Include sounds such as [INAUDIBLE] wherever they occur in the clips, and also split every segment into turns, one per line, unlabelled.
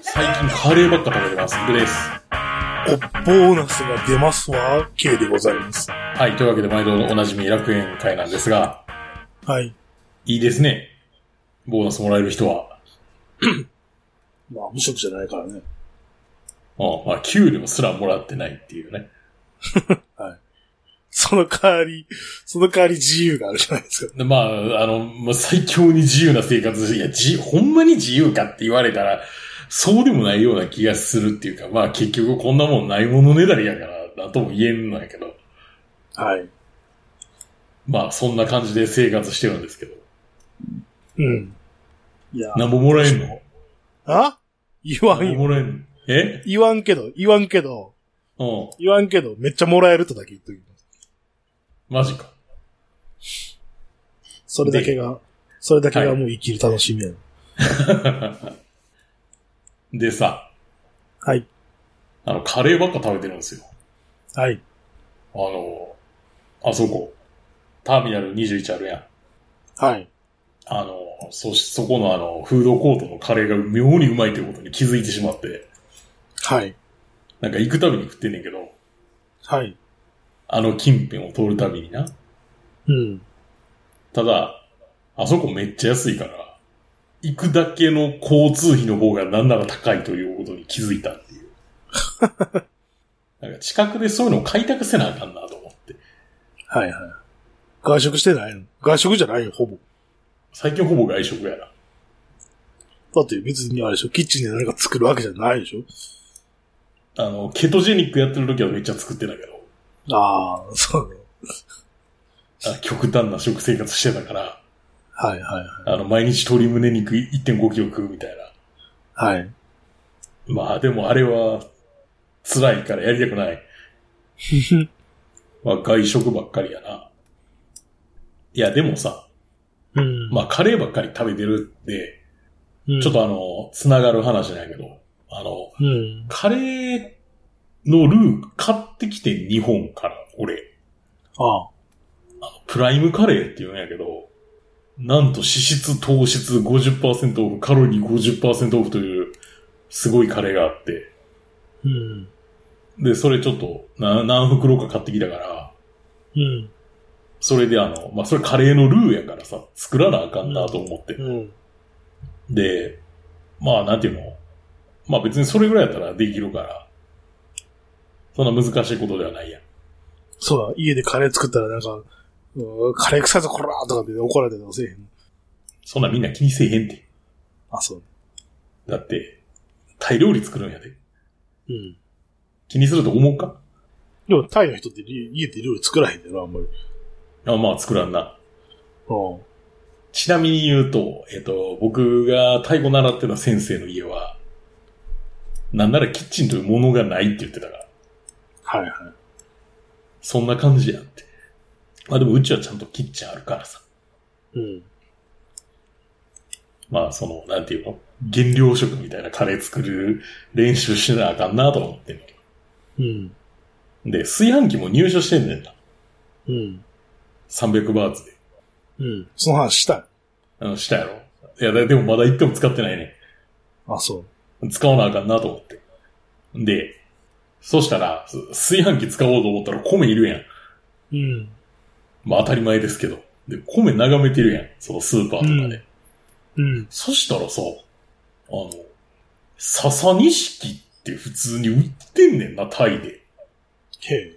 カレーばっか食べてます。グレース。
お、ボーナスが出ますわ、K でございます。
はい。というわけで、毎度おなじみ楽園会なんですが、
はい。
いいですね。ボーナスもらえる人は。
まあ、無職じゃないからね。
うん。まあ、給料すらもらってないっていうね。
その代わり、その代わり自由があるじゃないですか。
でまあ、あの、まあ、最強に自由な生活いや、じ、ほんまに自由かって言われたら、そうでもないような気がするっていうか、まあ結局こんなもんないものねだりやから、なんとも言えんのやけど、
はい。
まあそんな感じで生活してるんですけど。
うん。いや。
なんぼもらえんの
あ言わん
なんぼも
よ。
らえんのえ
言わんけど、言わんけど、
うん。
言わんけど、めっちゃもらえるとだけ言っときま
マ
す。
ジか。
それだけが、それだけがもう生きる楽しみやの。
でさ、
はい。
あの、カレーばっか食べてるんですよ。
はい。
あの、あそこ、ターミナル21あるやん。
はい。
あの、そし、そこのあの、フードコートのカレーが妙にうまいということに気づいてしまって、
はい。
なんか行くたびに食ってんねんけど、
はい。
あの近辺を通るたびにな。
うん。
ただ、あそこめっちゃ安いから、行くだけの交通費の方がなんなら高いということに気づいたっていう。なんか近くでそういうのを開拓せなあかんなと思って。
はいはい。外食してないの外食じゃないよ、ほぼ。
最近ほぼ外食やな。
だって別にあれでしょ、キッチンで何か作るわけじゃないでし
あの、ケトジェニックやってる時はめっちゃ作ってたけど、
ょああ、そうね。
あ極端な食生活してたから、
はいはい
あの、毎日鶏胸肉1.5キロ食うみたいな。
はい。はい。
まあでもあれは辛いからやりたくない。まあ外食ばっかりやな。いやでもさ、
うん
まあカレーばっかり食べてるって、
ち
ちょっ。とあの、つながる話なんやけど、あの、
うん。
カレーのルー買ってきて日本から、俺。
ああ。
プライムカレーって言うんやけど、なんと脂質、糖質50%オフ、カロリー50%オフという、すごいカレーがあって。
うん。
で、それちょっと、な何袋か買ってきたから、
うん。
それであの、まあ、それカレーのルーやからさ、作らなあかんなと思って。
うん。
で、まあ、なんていうのまあ別にそれぐらいやったらできるから、そんな難しいことではないやん。
そうだ、家でカレー作ったらなんか、うーカレー臭いぞ、こらーとかって怒られたりとかせえへん。
そんなみんな気にせえへんて。
あ、そう。
だって、タイ料理作るんやで。
うん。
気にすると思うか
でも、タイの人ってり家で料理作らへんだよな、あんまり。
あまあ作らんな。
うん。
ちなみに言うと、えっ、と、僕がタイ語習ってた先生の家は、なんならキッチンというものがないって言ってたから。
はいはい。
そんな感じやんって。まあでもうちはちゃんとキッチンあるからさ。
うん。
まあその、なんていうの減量食みたいなカレー作る練習しなあかんなと思ってんね
うん。
んで、炊飯器も入手してんねんな。
うん。
300バーツで。
うん。その話したい。
あの、したやろ。いや、だでもまだ行っても使ってないね
あ、そ
ん。使わなあかんなと思って。で、そしたら、す炊飯器使おうと思ったら米いるやん。
う。うん。
まあ当たり前ですけど。で、米眺めてるやん。そのスーパーとかで。
うんうん。
そしたらさ、あの、笹錦って普通に売ってんねんな、タイで。
へえ。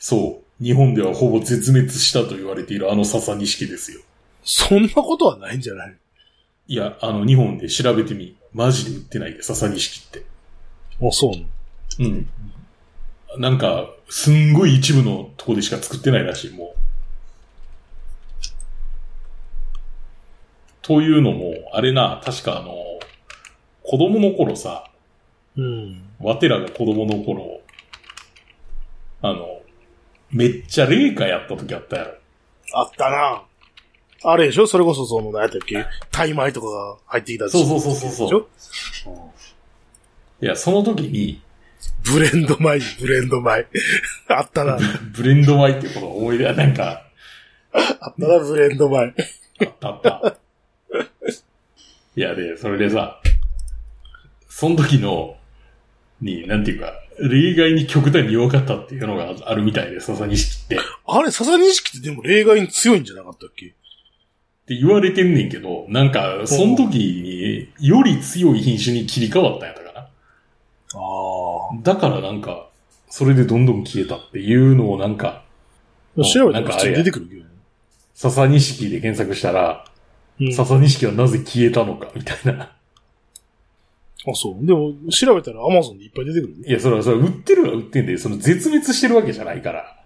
そう。日本ではほぼ絶滅したと言われているあの笹錦ですよ。
そんなことはないんじゃない
いや、あの、日本で調べてみ。マジで売ってないで、笹錦って。
あ、そうなの
うん。なんか、すんごい一部のとこでしか作ってないらしい、もう。というのも、あれな、確かあの、子供の頃さ、
うん。
ワテラが子供の頃、あの、めっちゃ霊下やった時あったやろ。
あったなあれでしょそれこそその、何やったっけタイ米とかが入ってきた
そう
う
そうそうそうそう。いや、その時に、
ブレンド米、ブレンド米。 [LAUGHS] あったな。
ブレンド米っていうことを思い出、なんか、
あったな、ブレンド米。
あったあった。いや、で、それでさ、その時の、に、なんていうか、例外に極端に弱かったっていうのがあるみたいで、笹錦って。っ
あれ、笹錦ってでも例外に強いんじゃなかったっけ
て言われてんねんけど、なんか、その時に、より強い品種に切り替わったんやったかな。
ああ。
だからなんか、それでどんどん消えたっていうのをなんか、
調べ
な
た
ん
ら
か
普
あれ
通
や
に出てくるけどね。
笹錦で検索したら、
うん、あ、
笹錦はなぜ消えたのか、みたいな。
そう。でも、調べたらアマゾンでいっぱい出てくるね。 [LAUGHS]
いや、それは、それは売ってるは売ってんで、その絶滅してるわけじゃないから。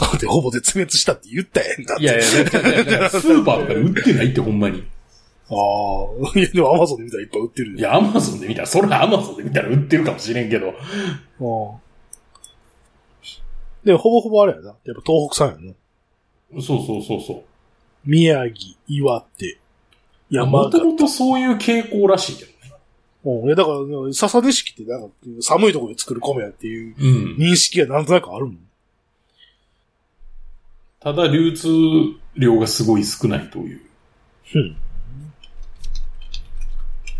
だってほぼ絶滅したって言ったやんだって。
いやいや、だからだからスーパーとかで売ってないってほんまに。
ああ。 [LAUGHS] いや、でもアマゾンで見たらいっぱい売ってる
い
ね。あ
や、アマゾンで見たら、それはアマゾンで見たら売ってるかもしれんけど。
あ。で、ほぼほぼあれやな。やっぱ東北産やな。
そうそうそうそう。
宮城、岩手、山
もと
形。
もとそういう傾向らしいけどね。
うん。いや、だから、笹出式ってなんか、寒いところで作る米やっていう
うん。
認識がなんとなくあるもん。
ただ、流通量がすごい少ないという。
うん。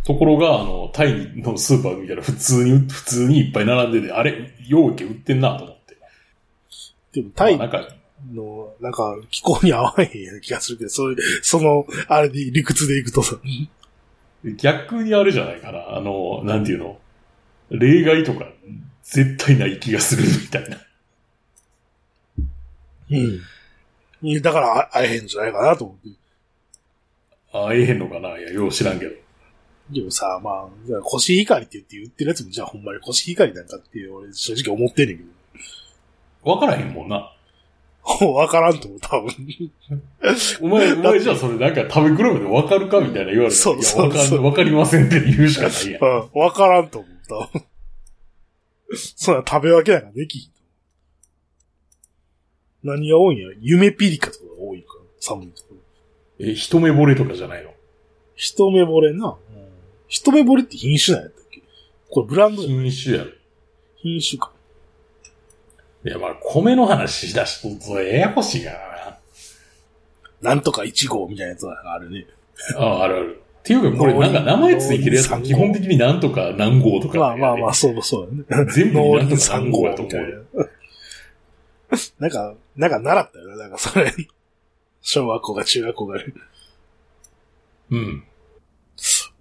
ところが、あの、タイのスーパー見たら普通に、普通にいっぱい並んでて、あれ、容器売ってんなと思って。
でも、タイ
まあなんか、
の、なんか、気候に合わへんような気がするけど、それ、その、あれで、理屈でいくとさ、
逆にあれじゃないかな。あの、なんていうの。例外とか、絶対ない気がするみたいな。
うん。だから、あ会えへんじゃないかなと思って。
あ、ええへんのかな。いや、よう知らんけど。
でもさ、まあ、じゃあ腰怒りって言って言ってるやつも、じゃあほんまに腰怒りなんかって、俺、正直思ってんねんけ
わからへんもんな。
ど。 [LAUGHS] もうわからんと思う、多分。
お前、お前じゃあそれなんか食べ比べてわかるかみたいな言われて。
そう
いや
そうそう
わかんわかりませんって言うしかないやん。
うん。わからんと思う、多分。そんな食べ分けなんかできひん。何が多いんや夢ピリカとかが多いのかな寒いところ。
え、一目惚れとかじゃないの
一目惚れな。一目惚れって品種なんやったっけこれブランドじゃん
品種やろ。
品種か。
いや、まあ、米の話しだしと、それややこしいから
なんとか1号みたいなやつがあるね。
な。ああ、あるある。っていうか、これなんか名前ついてるやつ
農林三
は
号
基本的になんとか何号とか、
まあまあまあ、。そうそうだね。
全部
農
なんと
林
か
三
何号
号
やと
み
思
たいう
よ。
な。 [LAUGHS] なんか、なんか習ったよな、なんかそれ。小学校が中学校が。
うん。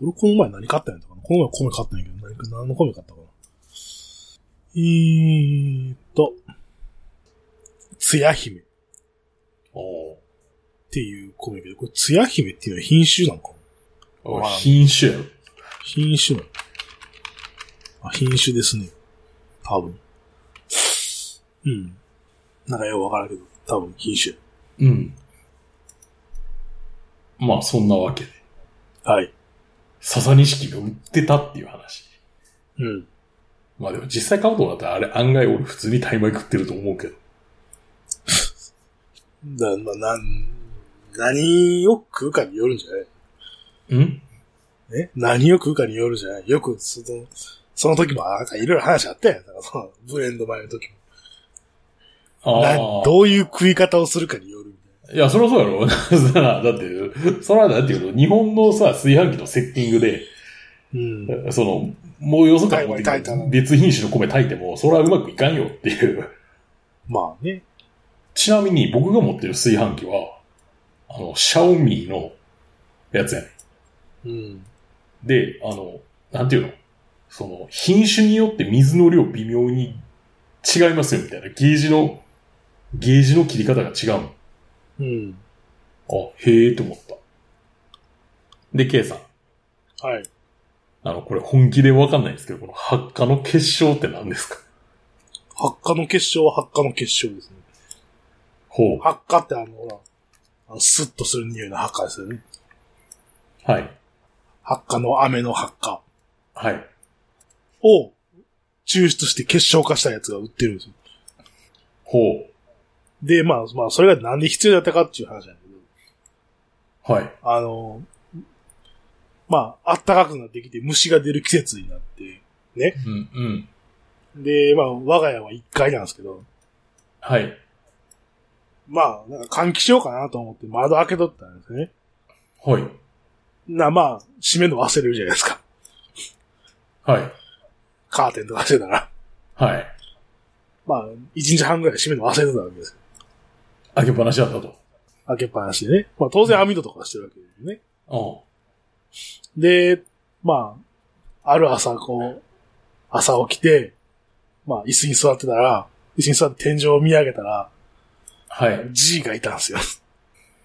俺この前何買ったんやったかなこの前米買ったんやけど、何か何の米買ったかなえーっと、つや姫っ
おう
ていう米やけど、これつや姫っていうのは品種なのかな
おい
まあ
品種やろ。
品種なのあ、品種ですね。多分。うん。なんかよくわからんけど、多分品種。
うん。まあ、そんなわけで。
はい。
笹錦が売ってたっていう話。
うん。
まあでも実際買おうと思ったらあれ案外俺普通にタイ米食ってると思うけど。
だ、まあ、なん、何を食うかによるんじゃない
ん
え何を食うかによるじゃないよく、その、その時も、なんかいろいろ話あったやん。だからその、ブレンド前の時も。
あ
な
あ。
どういう食い方をするかによるみた
いや、そりゃそうやろ。 [LAUGHS] だって、それはだっていうの、日本のさ、炊飯器のセッティングで、
いな。うん。
その、もうよそから持ってき
炊いた
て
の
別品種の米炊いても、それはうまくいかんよっていう。
まあね。
ちなみに僕が持ってる炊飯器は、あの、シャオミのやつやね
うん。
ん。で、あの、なんていうのその、品種によって水の量微妙に違いますよみたいな。ゲージの、ゲージの切り方が違うの
うん。
あ、へえと思った。で、K さん。
はい。
あの、これ本気でわかんないんですけど、この発火の結晶って何ですか
発火の結晶は発火の結晶ですね。
ほう。
発火ってあの、ほら、あのスッとする匂いの発火ですよね。
はい。
発火の雨の発火
はい。
を抽出して結晶化したやつが売ってるんですよ。
ほ
で、まあ、まあ、それがなんで必要だったかっていう話なんだけど。
う。はい。
あの、まあ、暖かくなってきて虫が出る季節になって、
うん、うん。
で、まあ、我が家は1階なんですけど、
はい。
まあ、なんか換気しようかなと思って窓開けとったんですね。
はい。
な、まあ、閉めるの忘れるじゃないですか。
はい。
カーテンとかしてたら、
はい。
まあ、一日半ぐらい閉めるの忘れてたわけですよ。
開けっぱなしだったと。
開けっぱなしでね。まあ、当然網戸とかしてるわけですよね。
う
で、まあ、ある朝、こう、朝起きて、まあ、椅子に座ってたら、椅子に座って天井を見上げた
ん。
ら、
はい。
G がいたんですよ。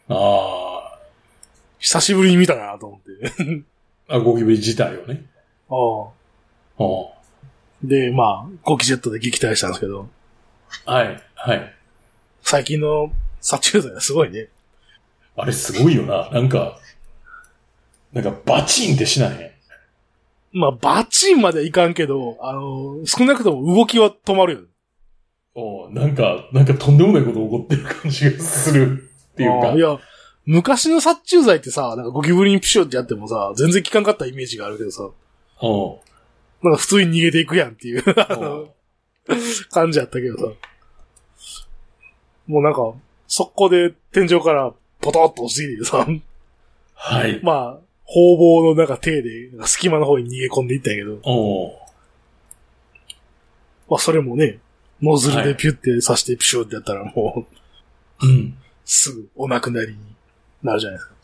あ
久しぶりに見たなと思って。
ーあ、ゴキブリ自体をね。
[LAUGHS] ああ
うん。
で、まあ、ゴキジェットで撃退したんですけど、
はい。はい。
最近の殺虫剤はすごいね。
あれすごいよな。なんか、なんかバチンってしないね。
まあ、バチンまではいかんけど、あの、少なくとも動きは止まるよ。
おうなんか、なんかとんでもないこと起こってる感じがするっていう
あ
か
あ。や、昔の殺虫剤ってさ、なんかゴキブリにプシュってやってもさ、全然効かんかったイメージがあるけどさ、
おう
なんか普通に逃げていくやんっていう [LAUGHS]
おう
感じやったけどさ。もうなんか、速攻で天井からポトッと落ちてきてさ、
はい。
まあ、方々のなんか手で、なんか隙間の方に逃げ込んでいったんやけど、
おう
まあそれもね、ノズル
は
で
い
ピュって刺してピシュってやったらもう、
うん。
すぐお亡くなりになるじゃないですか。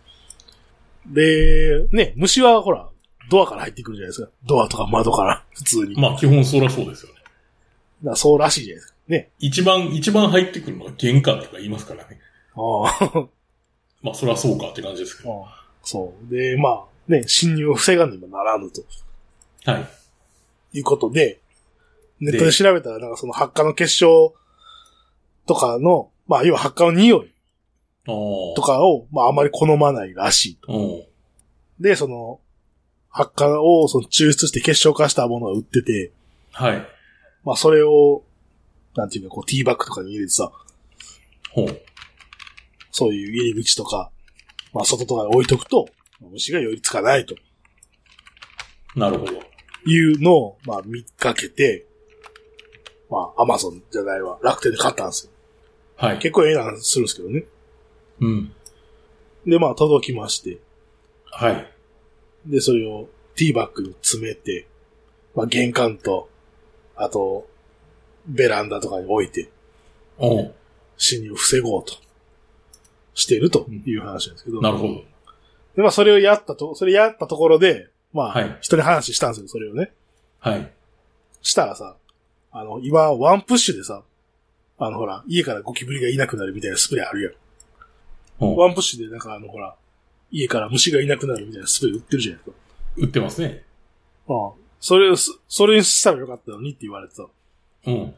で、ね、虫はほら、ドアから入ってくるじゃないですか。ドアとか窓から、普通に。だか
まあ基本そうらそうですよね。
らそうらしいじゃないですか。ね。
一番、一番入ってくるのは玄関とか言いますからね。
あ
まあそりゃそうかって感じですけど。
あ。そう。で、まあ、ね、侵入を防がねばならぬと
はい。
いうことで、ネットで調べたら、なんかその発火の結晶とかの、まあ、要は発火の匂い
おう
とかを、まあ、あまり好まないらしいと。
おう
で、その、発火をその抽出して結晶化したものが売ってて、
はい。
まあそれを、なんていうか、こう、ティーバッグとかに入れてさ、
ほう。
そういう入り口とか、まあ外とかに置いとくと、虫が寄りつかないと
なるほど。
いうのを、まあ見かけて、まあアマゾンじゃないわ、楽天で買ったんですよ。
はい。
結構ええなするんですけどね。
うん。
で、まあ届きまして、
はい。
で、それをティーバッグに詰めて、まあ玄関と、あと、ベランダとかに置いて、
おう
侵入を防ごうと、しているという話なんですけど。
なるほど。
で、まあ、それをやったと、それやったところで、まあ、
はい
人に話したんですよ、それをね。
はい。
したらさ、あの、今、ワンプッシュでさ、あの、ほら、家からゴキブリがいなくなるみたいなスプレーあるやん。
おう
ワンプッシュで、なんかあの、ほら、家から虫がいなくなるみたいなスプレー売ってるじゃないですか。
売ってますね。
ああそれをす、それにしたらよかったのにって言われてさ、
うん。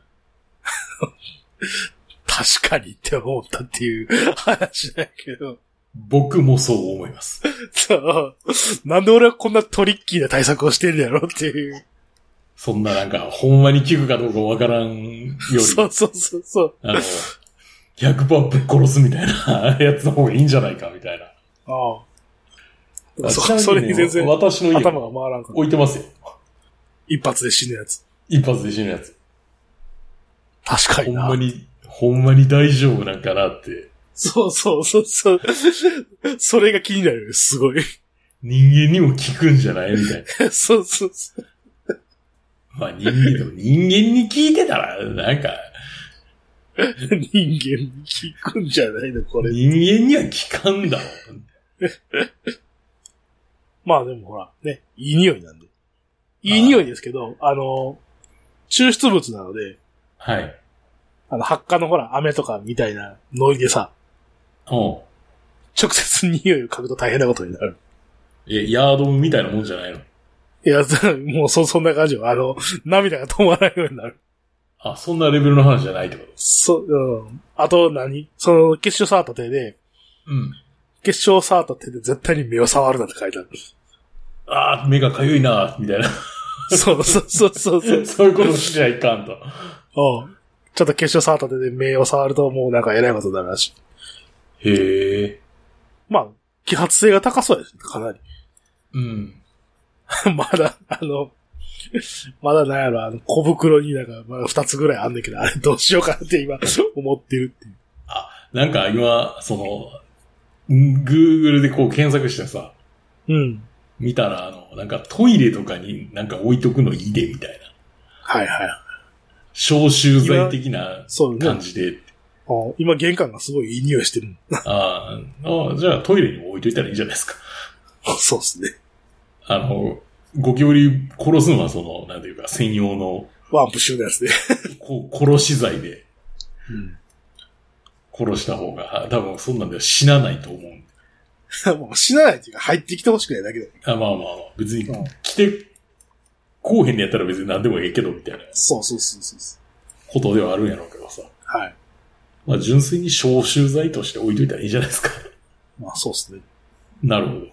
確かにって思ったっていう [LAUGHS] 話だけど、
僕もそう思います。
そう、なんで俺はこんなトリッキーな対策をしてるんだろうっていう。
そんななんか、ほんまに効くかどうかわからんより、
そうそうそうそう。
あの、100%ぶっ殺すみたいなやつの方がいいんじゃないか、みたいな。
ああ。
ちなみ
そ
に
それに全然
私の家、
頭が回らんから。
置いてますよ。
一発で死ぬやつ。
一発で死ぬやつ。
確か
ほ
に
ん
な。
まに、ほんまに大丈夫なんかなって。
そうそうそうそう。それが気になるよ、すごい。 [LAUGHS]
人間にも効くんじゃないみたいな。
そうそうそう。
まあ人間、でも人間に効いてたら、なんか、
人間に効くんじゃないの、これ。
人間には効かんだろう。
まあでもほら、ね、いい匂いなんで。いい匂いですけど、あの、抽出物なので、
はい。
あの、発火のほら、飴とかみたいなノリでさ、
おう
直接匂いを嗅ぐと大変なことになる。
え、ヤードみたいなもんじゃないの
いや、 [LAUGHS] もうそ、そんな感じよ。あの、涙が止まらないようになる。
あ、そんなレベルの話じゃないってこと
そ、うん。あと何その、結晶触った手で、
うん。
結晶触った手で絶対に目を触るなって書いてある。 [LAUGHS]
ああ、目がかゆいな、みたいな。
そうそうそうそうそう。う
[LAUGHS]
ん
そういうことしちゃいかんと。
ちょっと結晶触った手で目を触るともうなんか偉いことになるらしい。
へえ。
まあ、揮発性が高そうですね、かなり。
うん。
[LAUGHS] まだ、あの、まだなんやろ、あの、小袋になんか、まだ二つぐらいあんねんけど、あれどうしようかなって今、思ってるっていう。
なんか今、その、ん Google でこう検索してさ、
うん。
見たら、あの、なんかトイレとかになんか置いとくのいいで、みたいな。
はいはい。
消臭剤的な
そうね。
感
あ
じで。
今玄関がすごいいい匂いしてる。
あーあー、じゃあトイレにも置いといたらいいんじゃないですか。
そうですね。
あの、ゴキブリ殺すのはその、なんていうか、専用の
ワンプッシュのやつで。
こ殺し剤で
うん。 [LAUGHS]
殺した方が、多分そんなんでは死なないと思うんで。
もう死なないっていうか入ってきてほしくないだけだよ。
あまあまあまあ、別に
うん
来て、こうへんでやったら別に何でもええけど、みたいな
そうそうそうそうそう。
ことではあるんやろうけどさ。
はい。
まあ純粋に消臭剤として置いといたらいいじゃないですか。
まあそうですね。
なるほど。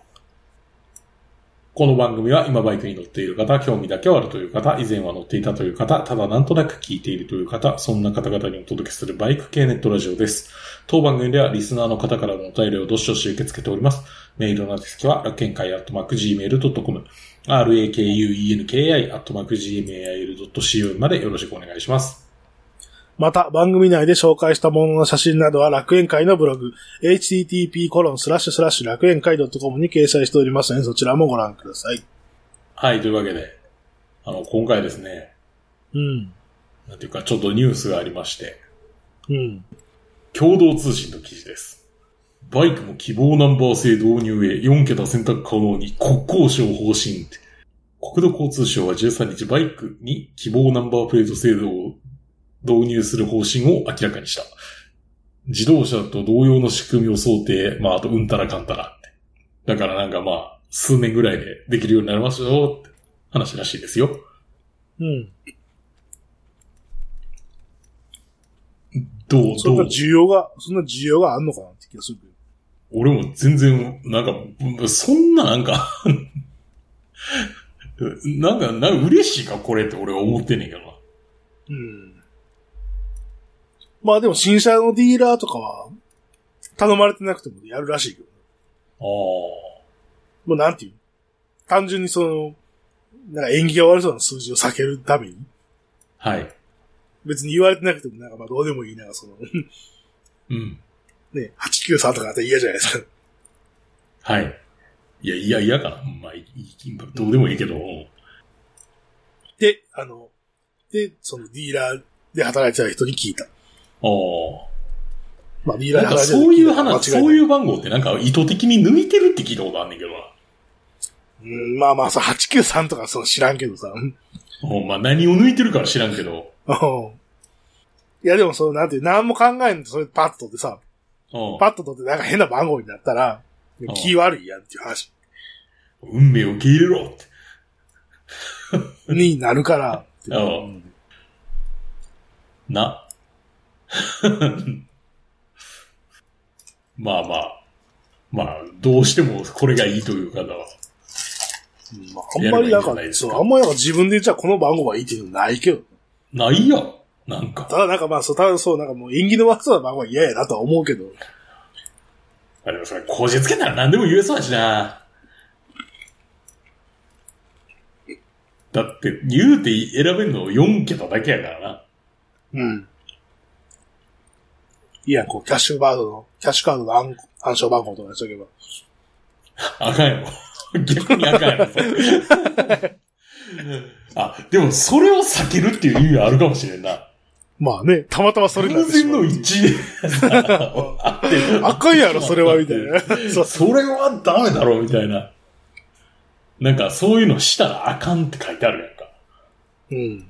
この番組は今バイクに乗っている方、興味だけはあるという方、以前は乗っていたという方、ただなんとなく聞いているという方、そんな方々にお届けするバイク系ネットラジオです。当番組ではリスナーの方からのお便りをどしどし受け付けております。メールの宛先は楽園会アットマーク Gmail.com、rakuenki アットマーク Gmail.co までよろしくお願いします。
また、番組内で紹介したものの写真などは楽園会のブログ、http:// 楽園会 .com に掲載しておりますので、そちらもご覧ください。
はい、というわけで、あの、今回ですね、
うん。
なんていうかちょっとニュースがありまして、
うん。
共同通信の記事です。バイクも希望ナンバー制導入へ4桁選択可能に国交省方針って。国土交通省は13日バイクに希望ナンバープレート制度を導入する方針を明らかにした。自動車と同様の仕組みを想定、まああとうんたらかんたらって。だからなんかまあ数年ぐらいでできるようになりますよって話らしいですよ。
うん。
どう
そん
ど
な
う
需要が、そんな需要があんのかなって気がするけど。
俺も全然、なんか、ぶそんななんか、なんか、なんか嬉しいか、これって俺は思ってんねんけどな。
うん。まあでも新車のディーラーとかは、頼まれてなくてもやるらしいけど。
あ
もうなんていう単純にその、なんか縁起が悪そうな数字を避けるために、
あ。はい。
別に言われてなくてもなんかまあどうでもいいな、その、 [LAUGHS]
うん。
ね、893とかだったら嫌じゃな
[LAUGHS]
いですか。
はい。いや、いや、嫌かな。まあ、いいいいどうでもいいけど。
で、あの、で、そのディーラーで働いてた人に聞いた。
あ
まあディー
あ。
ラー
なんか、
で働いてた。
そういう話、そういうう番号ってなんか意図的に抜いてるって聞いたことあんねんけどな。
うん、まあまあさ、893とかそう知らんけどさ。うん
うんまあ、何を抜いてるかは知らんけど。
いやでもその、なんていう、何も考えんとそれパッと取ってさ、
うん
パッと取ってなんか変な番号になったら、気悪いやんっていう話
運命を受け入れろって。
になるから。
うん
うん
な。 [LAUGHS] まあまあ。まあ、どうしてもこれがいいという方は。
まあ、あんまりな
やればいいん
んか
じゃないです
そう、
か
あんまりなんか自分でじゃあこの番号はいいっていうのないけど。
ないやん。なんか。
ただなんかまあ、そう、ただそう、なんかもう縁起の悪そうな番号は嫌やなとは思うけど。
あれそれ、こじつけたら何でも言えそうだしな。だって、言うて選べるの4桁だけやからな。
うん。いいやん、こう、キャッシュバードの、キャッシュカードの暗暗証番号とかにしとけば。
あかんやろ。 [LAUGHS] 逆にあかんやろ。それあ、でもそれを避けるっていう意味はあるかもしれんな。
まあね、たまたまそれにな
偶
ってし
然
ま
の
う。
一致でさ合ってる
[LAUGHS] あかんやろ、それは、みたいな。そ
[LAUGHS]
う
それはダメだろ、みたいな。なんか、そういうのしたらあかんって書いてあるやんか。
うん。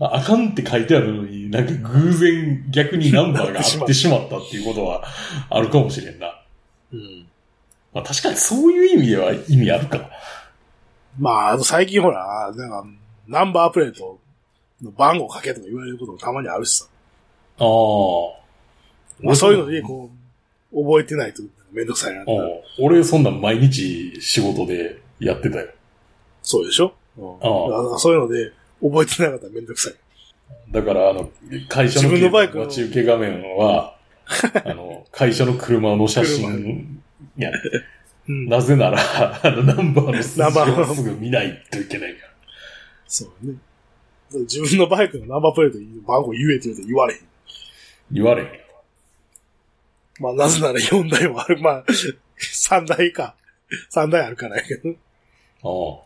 ああかんって書いてあるのに、なんか偶然逆にナンバーが合ってしまったっていうことはあるかもしれんな。
うん。
まあ確かにそういう意味では意味あるか。
まあ、あの最近ほら、なんか、ナンバープレートの番号かけとか言われることもたまにあるしさ。
ああ。
まあ、そういうので、こう、覚えてないとめんどくさいなってなる。
うん俺そんなん毎日仕事でやってたよ。
そうでしょうん。だからそういうので、覚えてなかったらめんどくさい。
だから、あの、会社の
自分のバイクの
待ち受け画面は、あの、会社の車の写真やね
うん。
なぜなら、あの、ナンバーの数字
ナンバー
を
の
すぐ見ないといけないから。
そうね。自分のバイクのナンバープレートに番号言えって言うと言われへん。
言われへんよ。
[LAUGHS] まあ、なぜなら4台もある。まあ、3台か。 3台あるからやけど。
ああ。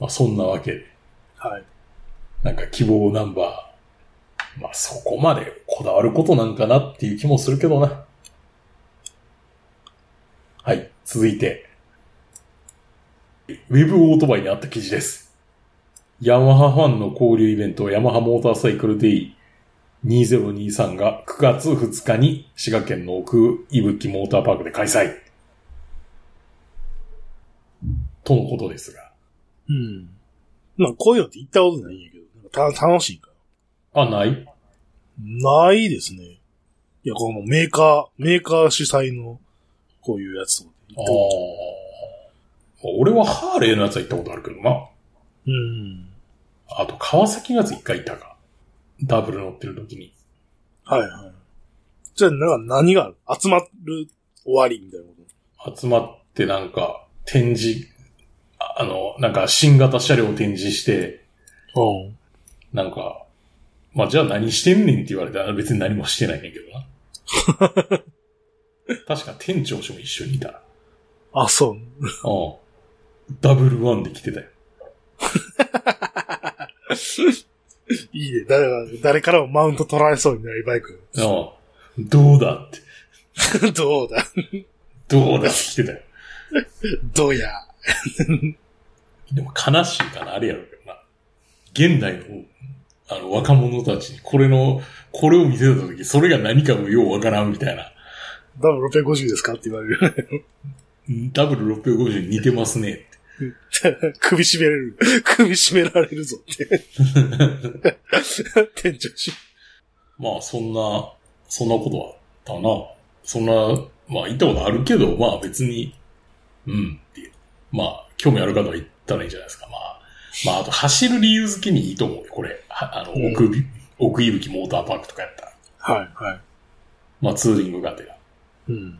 まあ、そんなわけで、
はい。
なんか希望ナンバー、まあそこまでこだわることなんかなっていう気もするけどな。はい、続いて、ウェブオートバイにあった記事です。ヤマハファンの交流イベント、ヤマハモーターサイクルデイ2023が9月2日に滋賀県の奥伊吹モーターパークで開催。とのことですが。
うん。まあ、こういうのって行ったことないんやけど、なんかた楽しいから。
あ、ない
ないですね。いや、このメーカー、メーカー主催の、こういうやつとかで行
あ
っ
あ
たこと
俺はハーレーのやつは行ったことあるけどな。
うん。
あと、川崎のやつ一回行ったか。ダブル乗ってる時に。
はいはい。じゃあ、なんか何がある集まる終わりみたいなこと。
集まってなんか、展示、ああの、なんか新型車両を展示して、
うん。
なんか、まあ、じゃあ何してんねんって言われたら別に何もしてないねんけどな。確か店長氏も一緒にいたな。
あ、そう。
うん。ダブルワンで来てたよ。
いいね。誰が誰からもマウント取られそうにないバイク。
うん。どうだって。
[LAUGHS] どうだ
どうだって来てたよ。
どうや
でも悲しいからあれやろうけどな。現代の、あの、若者たちにこれの、これを見せたとき、それが何かもようわからんみたいな。
ダブル650ですかって言われる。 [LAUGHS]
ダブル650に似てますねって。
首絞めれる。首絞められるぞ [LAUGHS] って。店長し。
まあ、そんな、そんなことはあったな。そんな、まあ、行ったことあるけど、まあ別に、うんっていう。まあ、興味ある方は行ったらいいんじゃないですか。まあ、まあ、あと走る理由付けにいいと思うよ、これ。はあの、
うん
奥び、奥伊吹モーターパークとかやったら。
はい、は
まあ、ツーリングがてら。
い。うん。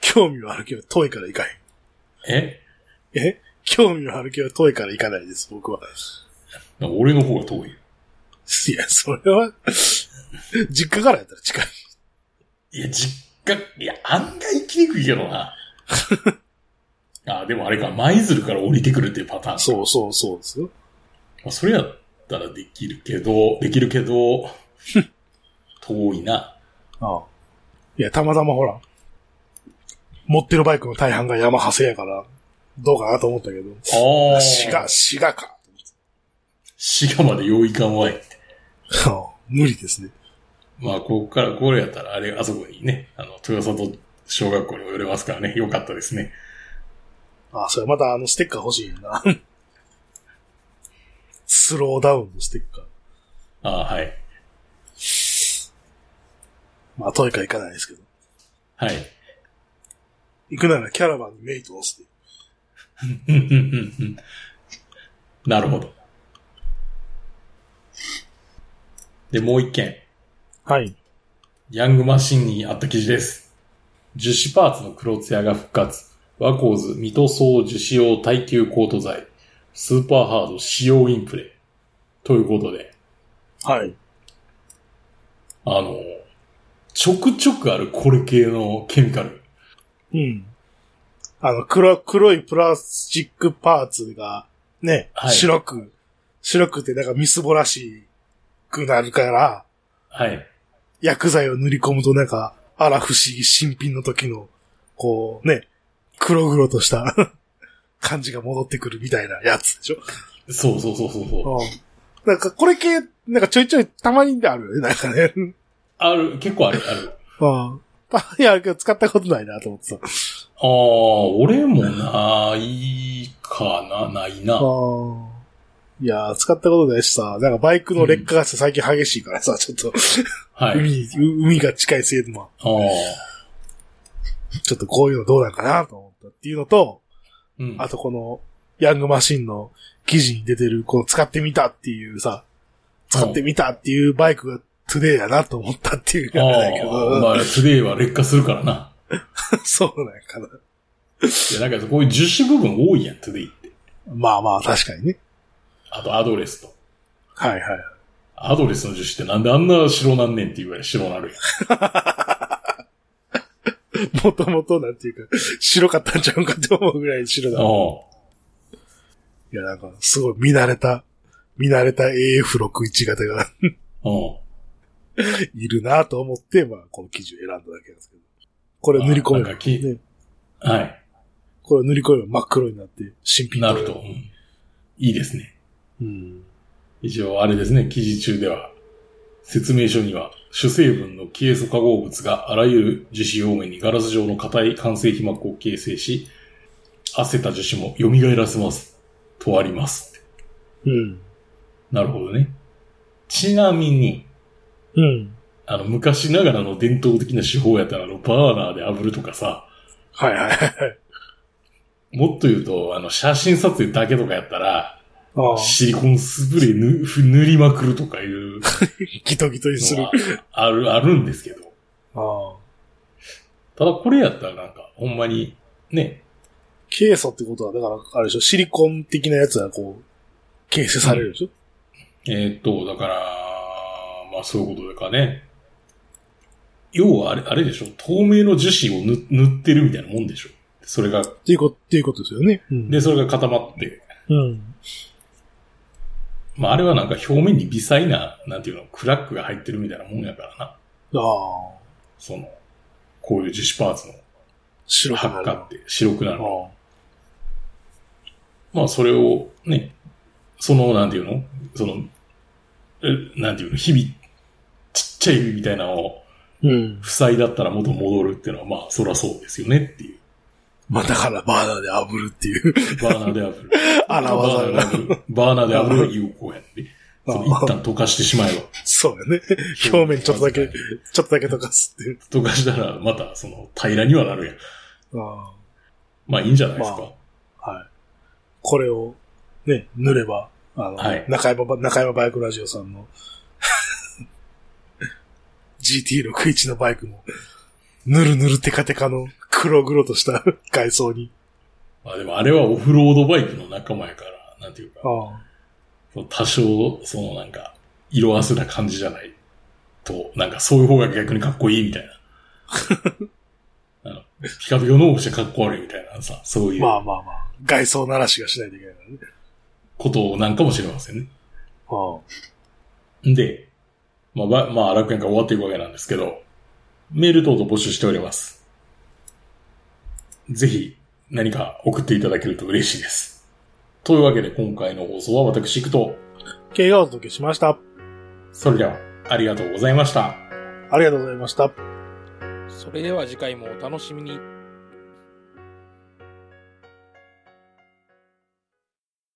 興味はあるけど遠いから行かへん。
え
え興味はあるけど遠いから行かないです、僕は。
なんか俺の方が遠いよ。
いや、それは、実家からやったら近い。
いや、実家、いや、案外行きにくいけど
[LAUGHS]
な。あ、でもあれか、舞鶴から降りてくるっていうパターン。
そうそうそうですよ。
まあ、それやったらできるけど、できるけ
[LAUGHS]
ど、遠いな。
ああ。いや、たまたまほら、持ってるバイクの大半がヤマハ製やから、どうかなと思ったけど。
あ
滋賀、。滋賀か。
滋賀まで用意感わいって。
ああ無理ですね。
まあ、ここから、これやったら、あれ、あそこにね、あの、豊里小学校にも寄れますからね、よかったですね。
ああ、それまたあのステッカー欲しいな。スローダウンのステッカー。
ああ、はい。
まあ、遠いから行かないですけど。
はい。
行くならキャラバンにメイトをして。
うんうんうんうんなるほど。で、もう一件。
はい。
ヤングマシンにあった記事です。樹脂パーツの黒ツヤが復活。ワコーズ、ミトソウ樹脂用耐久コート剤。スーパーハード使用インプレ。ということで、
はい。
あの、ちょくちょくあるこれ系のケミカル。
うん。あの、黒、黒いプラスチックパーツが、ね、
はい
白く、白くてなんかみすぼらしくなるから、
はい。
薬剤を塗り込むとなんか、あら不思議新品の時の、こうね、黒々とした [LAUGHS] 感じが戻ってくるみたいなやつでしょ。
そうそうそうそうそう。
うん。なんかこれ系、なんかちょいちょいたまにあるよね、なんかね。うん。
ある、結構ある、ある。
[LAUGHS] たまにあるけど使ったことないなと思ってた。
ああ、俺もないかな、ないな。
ああ。いやー、使ったことないしさ、なんかバイクの劣化がさ、最近激しいからさ、ちょっと、
はい。
海に、う海が近いせいで、ま
ああ。
あ、ちょっとこういうのどうなんかなと思ったっていうのと、
うん。
あとこの、ヤングマシンの記事に出てる、この使ってみたっていうさ、使ってみたっていうバイクがトゥデイだなと思ったっていう
あ
感じだけ
あ、ま
ど、
あ、トゥデイは劣化するからな。
[LAUGHS] そうなんかな。
いや、なんかこういう樹脂部分多いやん、トゥデイって。
まあまあ、確かにね。
あとアドレスと。
はいはい。
アドレスの樹脂ってなんであんな白なんねんっていうぐらい白なるやん。
もともとなんていうか、白かったんちゃうんかって思うぐらい白だ。
う
いや、なんか、すごい見慣れた、見慣れた AF61 型が [LAUGHS]
ん。うん。
いるなと思って、まあ、この記事を選んだだけなんですけど。これ塗り込め
あ
ば、
なんかき
ね、
はい。
これ塗り込めば真っ黒になって、新品
なると。う。んいいですね。
うん。
一応、あれですね、記事中では、説明書には、主成分のケイ素化合物があらゆる樹脂表面にガラス状の硬い完成皮膜を形成し、汗た樹脂も蘇らせます。とあります。
うん。
なるほどね。ちなみに、
うん。
あの、昔ながらの伝統的な手法やったら、あの、バーナーで炙るとかさ、
はいはいはい。
もっと言うと、あの、写真撮影だけとかやったら、
ああ、
シリコンスプレーぬふ塗りまくるとかいう
[LAUGHS] ギトギトにする
の。はある、あるんですけど。
ああ。
ただこれやったらなんか、ほんまに、ね、
ケイ素ってことは、だから、あれでしょ、シリコン的なやつがこう、形成されるでしょ、
えーっと、だから、まあそういうことでかね。要はあれ、あれでしょ透明の樹脂を塗塗ってるみたいなもんでしょそれが、
っていうこと、っていうことですよね。うん。
で、それが固まって、
うん。
まああれはなんか表面に微細な、なんていうの、クラックが入ってるみたいなもんやからな。
ああ、
その、こういう樹脂パーツ
白
の
くな
発
る。
火
あ
って白くなるの。
あ。
まあ、それを、ね、その、なんていうのその、えなんていうの日々、ちっちゃい指みたいなのを、
うん。
塞いだったら元に戻るっていうのは、まあ、そらそうですよねっていう。
まあだからバーナーで炙るっていう
バーナーで
[LAUGHS]
炙る。
荒
バ
技
ーナー
が。
で炙る。バーナーで炙るが有効やって。その一旦溶かしてしまえば。
そうやね。表面ちょっとだけ、ちょっとだけ溶かすっていう。
溶かしたら、また、その、平らにはなるやん。
あ
まあ、いいんじゃないですか。
まあはい。これを、ね、塗れば、あの、
はい
中山ば、中山バイクラジオさんの [LAUGHS] GT61 のバイクも、ぬるぬるテカテカの黒々とした外装に。
まあ、でも、あれはオフロードバイクの仲間やから、なんていうか、
ああ
その多少、そのなんか、色あせな感じじゃないと、なんかそういう方が逆にかっこいいみたいな。あのピカピカの方がかっこ悪いみたいなさ、そうい
まあ
う
まあまあ、外装ならしがしないといけないからね。
ことなんかもしれませんね。
ああ
で、まあ、ばまあ、楽園が終わっていくわけなんですけど、メール等々募集しております。ぜひ、何か送っていただけると嬉しいです。というわけで、今回の放送は私行くと、
経過をお届けしました。
それでは、ありがとうございました。
ありがとうございました。
それでは次回もお楽しみに。